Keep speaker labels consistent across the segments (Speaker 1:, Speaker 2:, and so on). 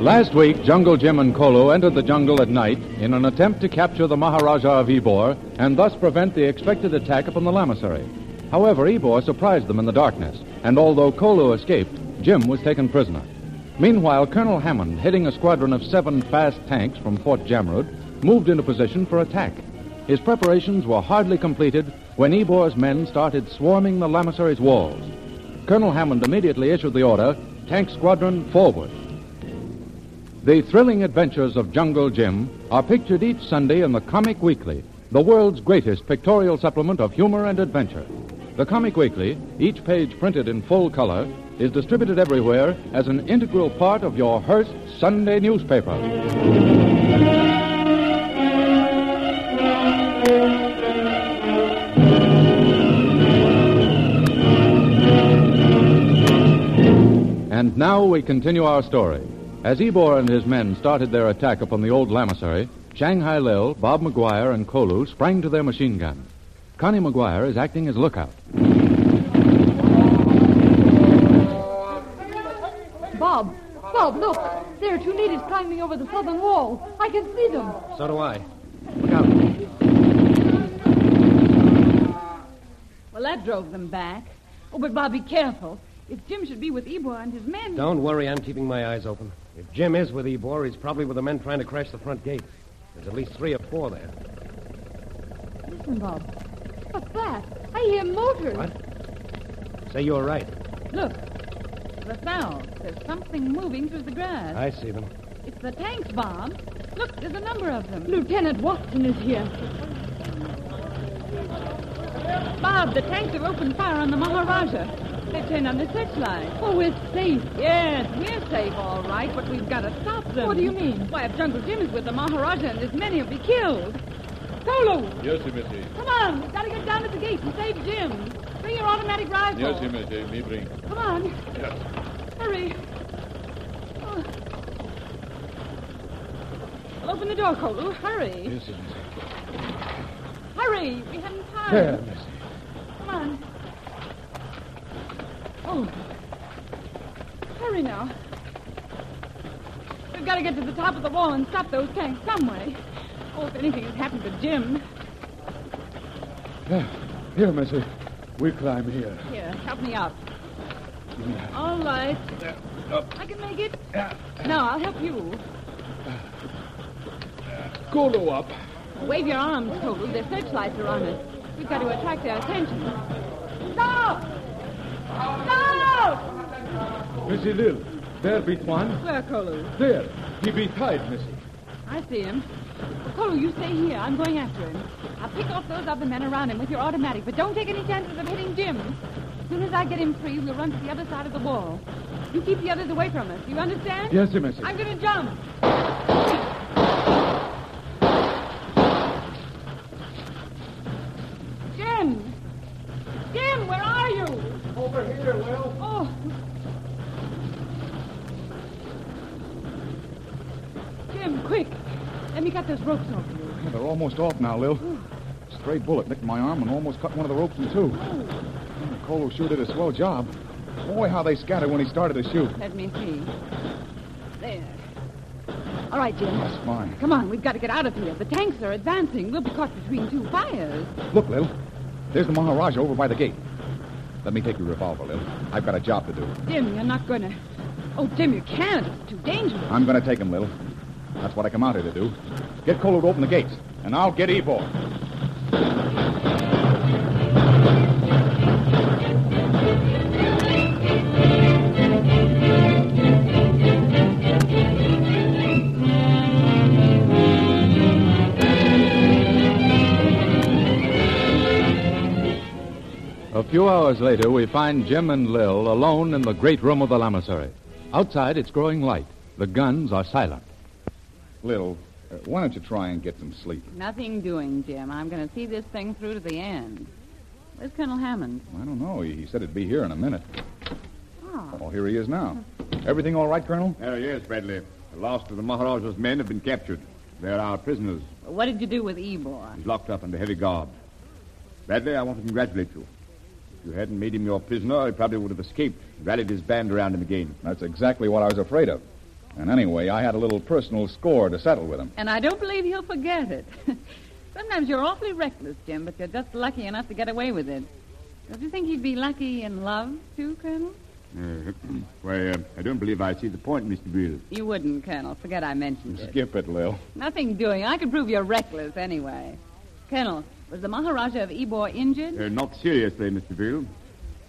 Speaker 1: Last week, Jungle Jim and Kolo entered the jungle at night in an attempt to capture the Maharaja of Ebor and thus prevent the expected attack upon the Lamasery. However, Ebor surprised them in the darkness, and although Kolo escaped, Jim was taken prisoner. Meanwhile, Colonel Hammond, heading a squadron of seven fast tanks from Fort Jamrud, moved into position for attack. His preparations were hardly completed when Ebor's men started swarming the Lamasery's walls. Colonel Hammond immediately issued the order, Tank Squadron forward. The thrilling adventures of Jungle Jim are pictured each Sunday in the Comic Weekly, the world's greatest pictorial supplement of humor and adventure. The Comic Weekly, each page printed in full color, is distributed everywhere as an integral part of your Hearst Sunday newspaper. And now we continue our story. As Ebor and his men started their attack upon the old Lamasery, Shanghai Lil, Bob McGuire, and Kolu sprang to their machine gun. Connie McGuire is acting as lookout.
Speaker 2: Bob, Bob, look. There are two natives climbing over the southern wall. I can see them.
Speaker 3: So do I. Look out.
Speaker 2: Well, that drove them back. Oh, but Bob, be careful. If Jim should be with Ebor and his men.
Speaker 3: Don't worry, I'm keeping my eyes open. If Jim is with Ebor, he's probably with the men trying to crash the front gate. There's at least three or four there.
Speaker 2: Listen, Bob. What's that? I hear motors.
Speaker 3: What? Say you're right.
Speaker 2: Look. The sound. There's something moving through the grass.
Speaker 3: I see them.
Speaker 2: It's the tanks, Bob. Look, there's a number of them. Lieutenant Watson is here. Bob, the tanks have opened fire on the Maharaja. They turned on the searchlight. Oh, we're safe. Yes, we're safe, all right, but we've got to stop them. What do you mean? Why, if Jungle Jim is with the Maharaja and his men, he'll be killed. Solo!
Speaker 4: Yes, Missy.
Speaker 2: Come on, we've got to get down to the gate and save Jim. Bring your automatic rifle.
Speaker 4: Yes, Missy. Me bring.
Speaker 2: Come on. Hurry. Oh. Well, Open the door, Kolu. Hurry.
Speaker 4: Yes, Missy.
Speaker 2: Hurry. We haven't time.
Speaker 4: Missy.
Speaker 2: Come on. Oh. Hurry now. We've got to get to the top of the wall and stop those tanks some way. Oh, if anything has happened to Jim.
Speaker 4: Here, Missy. We climb here.
Speaker 2: Here, help me up. All right. I can make it. Now, I'll help you.
Speaker 4: Kolo up.
Speaker 2: Wave your arms, Kolu. The searchlights are on us. We've got to attract their attention. Stop! Stop!
Speaker 4: Missy Lil. There beat one.
Speaker 2: Where, Kolu?
Speaker 4: There. He beat tied, Missy.
Speaker 2: I see him. Kolu, you stay here. I'm going after him. I'll pick off those other men around him with your automatic, but don't take any chances of hitting Jim. As soon as I get him free, we'll run to the other side of the wall. You keep the others away from us. You understand?
Speaker 4: Yes, Missy.
Speaker 2: I'm going to jump. Jim! Jim, where are you?
Speaker 4: Over here, Lil.
Speaker 2: Oh. Jim, quick. Let me cut those ropes off you.
Speaker 4: They're almost off now, Lil. Stray bullet nicked my arm and almost cut one of the ropes in two. Kolo sure did a swell job. Boy, how they scattered when he started to shoot.
Speaker 2: Let me see. There. All right, Jim.
Speaker 4: That's fine.
Speaker 2: Come on, we've got to get out of here. The tanks are advancing. We'll be caught between two fires.
Speaker 4: Look, Lil. There's the Maharaja over by the gate. Let me take your revolver, Lil. I've got a job to do.
Speaker 2: Jim, you're not going to. Oh, Jim, you can't. It's too dangerous.
Speaker 4: I'm going to take him, Lil. That's what I come out here to do. Get Kolo to open the gates, and I'll get Ebor.
Speaker 1: A few hours later, we find Jim and Lil alone in the great room of the Lamasery. Outside, it's growing light. The guns are silent.
Speaker 4: Lil,
Speaker 1: Uh, why don't you try and get some sleep?
Speaker 2: Nothing doing, Jim. I'm going to see this thing through to the end. Where's Colonel Hammond?
Speaker 1: I don't know. He, he said he'd be here in a minute.
Speaker 2: Oh,
Speaker 1: Oh, here he is now. Everything all right, Colonel?
Speaker 5: Oh, yes, Bradley. The last of the Maharaja's men have been captured. They're our prisoners.
Speaker 2: what did you do with Ebor?
Speaker 5: He's locked up under heavy guard. Bradley, I want to congratulate you. If you hadn't made him your prisoner, he probably would have escaped, rallied his band around him again.
Speaker 1: That's exactly what I was afraid of. And anyway, I had a little personal score to settle with him.
Speaker 2: And I don't believe he'll forget it. Sometimes you're awfully reckless, Jim, but you're just lucky enough to get away with it. Don't you think he'd be lucky in love, too, Colonel?
Speaker 5: Uh, why, uh, I don't believe I see the point, Mr. Beale.
Speaker 2: You wouldn't, Colonel. Forget I mentioned it.
Speaker 1: Skip it, Lil.
Speaker 2: Nothing doing. I could prove you're reckless anyway. Colonel, was the Maharaja of Ebor injured?
Speaker 5: Uh, not seriously, Mr. Beale.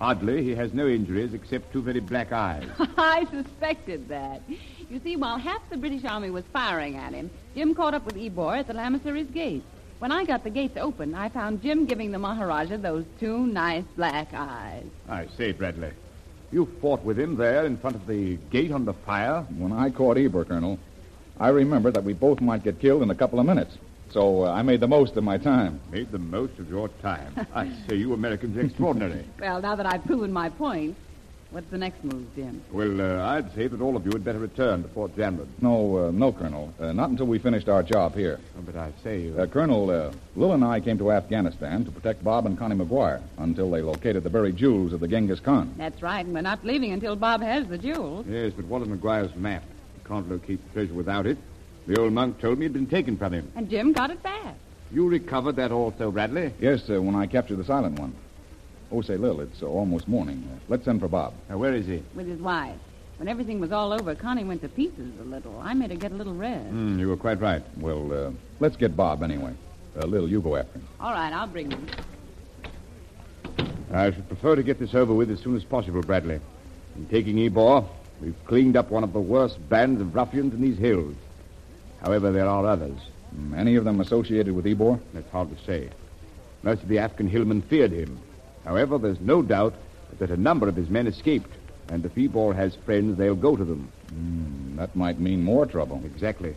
Speaker 5: Oddly, he has no injuries except two very black eyes.
Speaker 2: I suspected that. You see, while half the British army was firing at him, Jim caught up with Ebor at the Lamasseries gate. When I got the gates open, I found Jim giving the Maharaja those two nice black eyes.
Speaker 5: I say, Bradley, you fought with him there in front of the gate on the fire?
Speaker 1: When I caught Eber, Colonel, I remembered that we both might get killed in a couple of minutes. So uh, I made the most of my time.
Speaker 5: Made the most of your time. I say, you Americans are extraordinary.
Speaker 2: Well, now that I've proven my point, what's the next move, Jim?
Speaker 5: Well, uh, I'd say that all of you had better return to Fort Jamrud.
Speaker 1: No, uh, no, Colonel. Uh, not until we finished our job here.
Speaker 5: Oh, But I say,
Speaker 1: Uh, Colonel, uh, Lil and I came to Afghanistan to protect Bob and Connie McGuire until they located the buried jewels of the Genghis Khan.
Speaker 2: That's right, and we're not leaving until Bob has the jewels.
Speaker 5: yes, but what of McGuire's map? You can't locate the treasure without it. The old monk told me it had been taken from him.
Speaker 2: And Jim got it back.
Speaker 5: You recovered that also, Bradley?
Speaker 1: Yes, uh, when I captured the silent one. Oh, say, Lil, it's uh, almost morning. Uh, let's send for Bob.
Speaker 5: Now, where is he?
Speaker 2: with his wife. When everything was all over, Connie went to pieces a little. I made her get a little red.
Speaker 5: Hmm, you were quite right.
Speaker 1: Well, uh, let's get Bob anyway. Uh, Lil, you go after him.
Speaker 2: All right, I'll bring him.
Speaker 5: I should prefer to get this over with as soon as possible, Bradley. In taking Ebor, we've cleaned up one of the worst bands of ruffians in these hills. However, there are others.
Speaker 1: Mm, Any of them associated with Ebor?
Speaker 5: That's hard to say. Most of the Afghan hillmen feared him. However, there's no doubt that a number of his men escaped, and if Ebor has friends, they'll go to them.
Speaker 1: Hmm, That might mean more trouble.
Speaker 5: Exactly.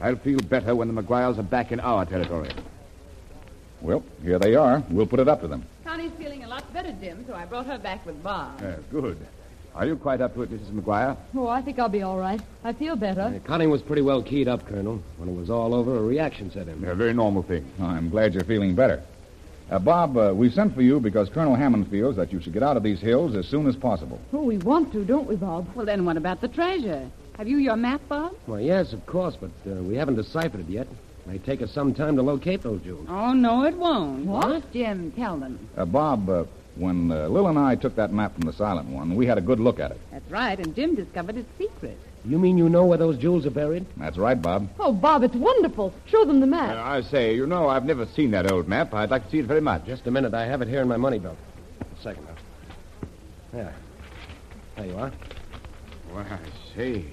Speaker 5: I'll feel better when the McGuires are back in our territory.
Speaker 1: Well, here they are. We'll put it up to them.
Speaker 2: Connie's feeling a lot better, Jim, so I brought her back with Bob.
Speaker 1: Uh,
Speaker 5: good. Are you quite up to it, Mrs. McGuire?
Speaker 4: Oh, I think I'll be all right. I feel better.
Speaker 3: Uh, Connie was pretty well keyed up, Colonel. When it was all over, a reaction set in.
Speaker 5: A very normal thing.
Speaker 1: I'm glad you're feeling better. Uh, Bob, uh, we sent for you because Colonel Hammond feels that you should get out of these hills as soon as possible.
Speaker 4: Oh, we want to, don't we, Bob?
Speaker 2: Well, then what about the treasure? Have you your map, Bob?
Speaker 3: Well, yes, of course, but uh, we haven't deciphered it yet. May take us some time to locate those jewels.
Speaker 2: Oh, no, it won't. What? Jim, tell them.
Speaker 1: Uh, Bob, uh, when uh, Lil and I took that map from the silent one, we had a good look at it.
Speaker 2: That's right, and Jim discovered its secret.
Speaker 3: You mean you know where those jewels are buried?
Speaker 1: That's right, Bob.
Speaker 4: Oh, Bob, it's wonderful. Show them the map.
Speaker 5: I say, you know, I've never seen that old map. I'd like to see it very much.
Speaker 3: Just a minute. I have it here in my money belt. A second now. There. There you are.
Speaker 5: Why, I say,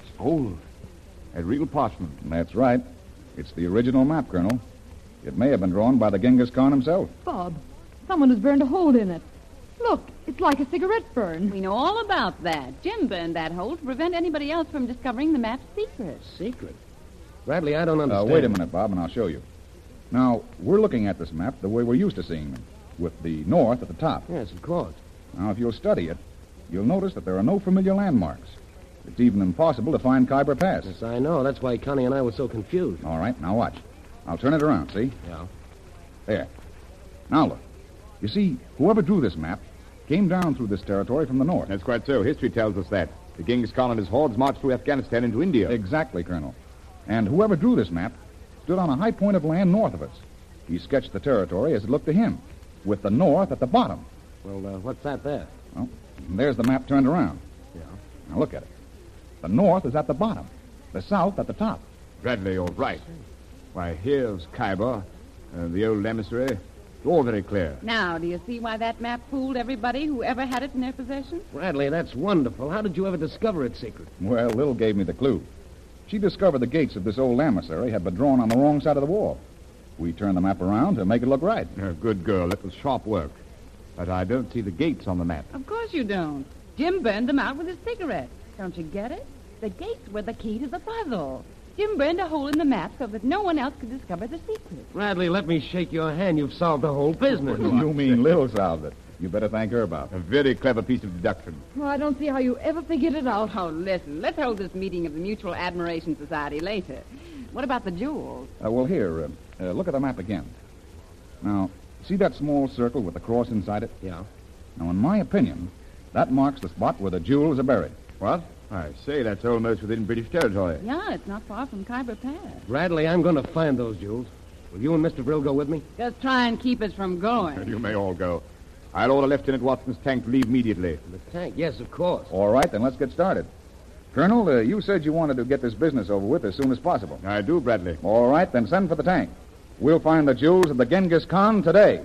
Speaker 5: it's old. A real parchment.
Speaker 1: That's right. It's the original map, Colonel. It may have been drawn by the Genghis Khan himself.
Speaker 4: Bob, someone has burned a hole in it. Look, it's like a cigarette burn.
Speaker 2: We know all about that. Jim burned that hole to prevent anybody else from discovering the map's secret.
Speaker 3: Secret. Bradley, I don't
Speaker 1: Uh,
Speaker 3: understand.
Speaker 1: wait a minute, Bob, and I'll show you. Now, we're looking at this map the way we're used to seeing them, with the north at the top.
Speaker 3: Yes, of course.
Speaker 1: Now, if you'll study it, you'll notice that there are no familiar landmarks. It's even impossible to find Khyber Pass.
Speaker 3: Yes, I know. That's why Connie and I were so confused.
Speaker 1: All right, now watch. I'll turn it around, see?
Speaker 3: Yeah.
Speaker 1: There. Now look. You see, whoever drew this map came down through this territory from the north.
Speaker 5: That's quite so. History tells us that. The Genghis Khan and his hordes marched through Afghanistan into India.
Speaker 1: Exactly, Colonel. And whoever drew this map stood on a high point of land north of us. He sketched the territory as it looked to him, with the north at the bottom.
Speaker 3: Well, uh, what's that there?
Speaker 1: Well, there's the map turned around.
Speaker 3: Yeah.
Speaker 1: Now look at it. The north is at the bottom, the south at the top.
Speaker 5: Bradley, you're right. Why, here's Khyber, uh, the old emissary. It's all very clear.
Speaker 2: Now, do you see why that map fooled everybody who ever had it in their possession?
Speaker 3: Bradley, that's wonderful. How did you ever discover its secret?
Speaker 1: Well, Lil gave me the clue. She discovered the gates of this old emissary had been drawn on the wrong side of the wall. We turned the map around to make it look right.
Speaker 5: Uh, good girl. That was sharp work. But I don't see the gates on the map.
Speaker 2: Of course you don't. Jim burned them out with his cigarette. Don't you get it? The gates were the key to the puzzle.
Speaker 4: Jim burned a hole in the map so that no one else could discover the secret.
Speaker 3: Bradley, let me shake your hand. You've solved the whole business.
Speaker 1: You mean Lil solved it. You better thank her about it.
Speaker 5: A very clever piece of deduction.
Speaker 4: Well, I don't see how you ever figured it out.
Speaker 2: Oh, listen, let's hold this meeting of the Mutual Admiration Society later. What about the jewels?
Speaker 1: Uh, well, here, uh, uh, look at the map again. Now, see that small circle with the cross inside it?
Speaker 3: Yeah.
Speaker 1: Now, in my opinion, that marks the spot where the jewels are buried.
Speaker 5: What? I say, that's almost within British territory.
Speaker 2: Yeah, it's not far from Khyber Pass.
Speaker 3: Bradley, I'm going to find those jewels. Will you and Mr. Brill go with me?
Speaker 2: Just try and keep us from going.
Speaker 5: You may all go. I'll order Lieutenant Watson's tank to leave immediately.
Speaker 3: The tank, yes, of course.
Speaker 1: All right, then let's get started. Colonel, uh, you said you wanted to get this business over with as soon as possible.
Speaker 5: I do, Bradley.
Speaker 1: All right, then send for the tank. We'll find the jewels of the Genghis Khan today.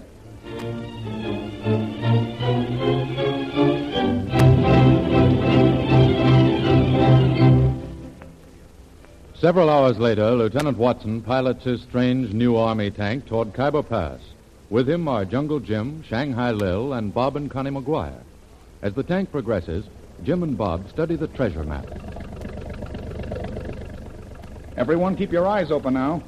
Speaker 6: Several hours later, Lieutenant Watson pilots his strange new Army tank toward Khyber Pass. With him are Jungle Jim, Shanghai Lil, and Bob and Connie McGuire. As the tank progresses, Jim and Bob study the treasure map.
Speaker 1: Everyone, keep your eyes open now.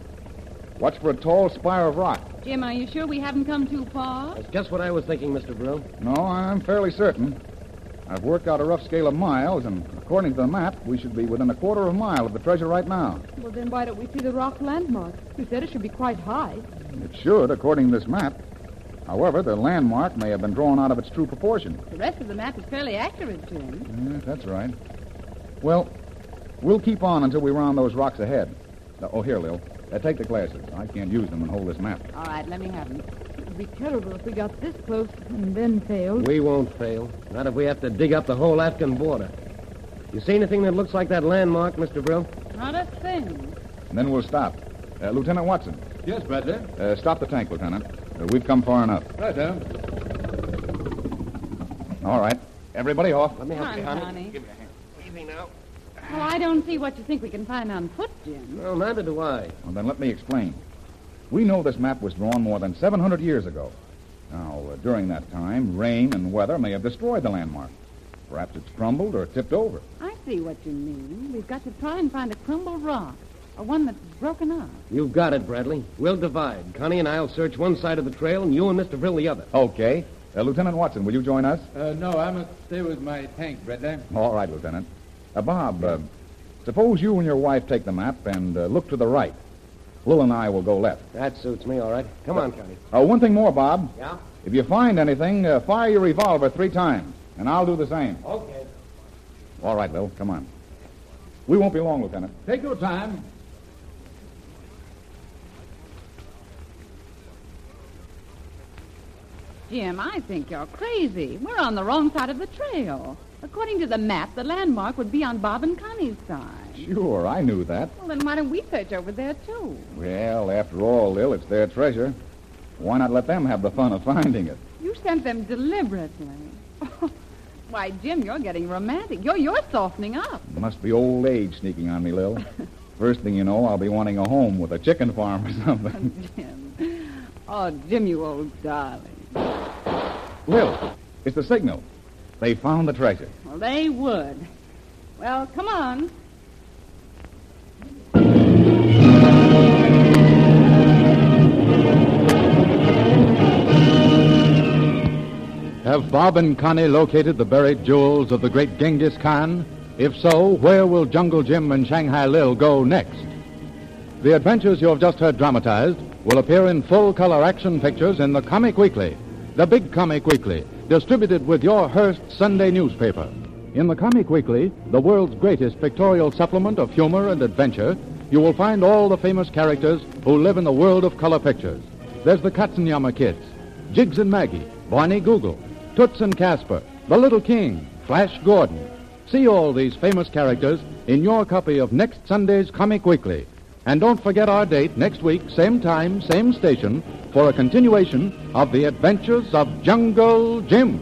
Speaker 1: Watch for a tall spire of rock.
Speaker 2: Jim, are you sure we haven't come too far?
Speaker 3: That's just what I was thinking, Mr. Brill.
Speaker 1: No, I'm fairly certain. I've worked out a rough scale of miles, and according to the map, we should be within a quarter of a mile of the treasure right now.
Speaker 4: Well, then why don't we see the rock landmark? You said it should be quite high.
Speaker 1: It should, according to this map. However, the landmark may have been drawn out of its true proportion.
Speaker 2: The rest of the map is fairly accurate, Jim.
Speaker 1: Yeah, that's right. Well, we'll keep on until we round those rocks ahead. Uh, oh, here, Lil. Uh, take the glasses. I can't use them and hold this map.
Speaker 2: All right, let me have them.
Speaker 4: It would be terrible if we got this close and then failed.
Speaker 3: We won't fail. Not if we have to dig up the whole Afghan border. You see anything that looks like that landmark, Mr. Brill?
Speaker 2: Not a thing.
Speaker 1: And then we'll stop. Uh, Lieutenant Watson,
Speaker 7: Yes, Bradley.
Speaker 1: uh, stop the tank, Lieutenant. Uh, we've come far enough.
Speaker 7: Right, sir.
Speaker 1: All right. Everybody off.
Speaker 3: Let me
Speaker 2: Come
Speaker 3: help
Speaker 2: on,
Speaker 3: you,
Speaker 2: Connie.
Speaker 3: Easy now.
Speaker 2: Well, I don't see what you think we can find on foot, Jim.
Speaker 3: Well, neither do I.
Speaker 1: Well, then let me explain. We know this map was drawn more than 700 years ago. Now, uh, during that time, rain and weather may have destroyed the landmark. Perhaps it's crumbled or tipped over.
Speaker 2: I see what you mean. We've got to try and find a crumbled rock, or one that's broken up.
Speaker 3: You've got it, Bradley. We'll divide. Connie and I'll search one side of the trail, and you and Mr. Brill the other.
Speaker 1: Okay. Uh, Lieutenant Watson, will you join us?
Speaker 7: Uh, no, I must stay with my tank, Bradley.
Speaker 1: All right, Lieutenant. Uh, Bob, uh, suppose you and your wife take the map and uh, look to the right. Lou and I will go left.
Speaker 3: That suits me, all right. Come on, Connie.
Speaker 1: Uh, one thing more, Bob.
Speaker 3: Yeah?
Speaker 1: If you find anything, uh, fire your revolver three times, and I'll do the same.
Speaker 3: Okay.
Speaker 1: All right, Lou, come on. We won't be long, Lieutenant.
Speaker 7: Take your time.
Speaker 2: Jim, I think you're crazy. We're on the wrong side of the trail. According to the map, the landmark would be on Bob and Connie's side.
Speaker 1: Sure, I knew that.
Speaker 2: Well, then why don't we search over there, too?
Speaker 1: Well, after all, Lil, it's their treasure. Why not let them have the fun of finding it?
Speaker 2: You sent them deliberately. why, Jim, you're getting romantic. You're, you're softening up.
Speaker 1: Must be old age sneaking on me, Lil. First thing you know, I'll be wanting a home with a chicken farm or something.
Speaker 2: Jim. Oh, Jim, you old darling.
Speaker 1: Lil, it's the signal. They found the treasure.
Speaker 2: Well, they would. Well, come on.
Speaker 6: Have Bob and Connie located the buried jewels of the great Genghis Khan? If so, where will Jungle Jim and Shanghai Lil go next? The adventures you have just heard dramatized will appear in full color action pictures in the Comic Weekly, the Big Comic Weekly, distributed with your Hearst Sunday newspaper. In the Comic Weekly, the world's greatest pictorial supplement of humor and adventure, you will find all the famous characters who live in the world of color pictures. There's the Katzenjammer Kids, Jigs and Maggie, Barney Google, Toots and Casper, The Little King, Flash Gordon. See all these famous characters in your copy of next Sunday's Comic Weekly. And don't forget our date next week, same time, same station, for a continuation of the adventures of Jungle Jim.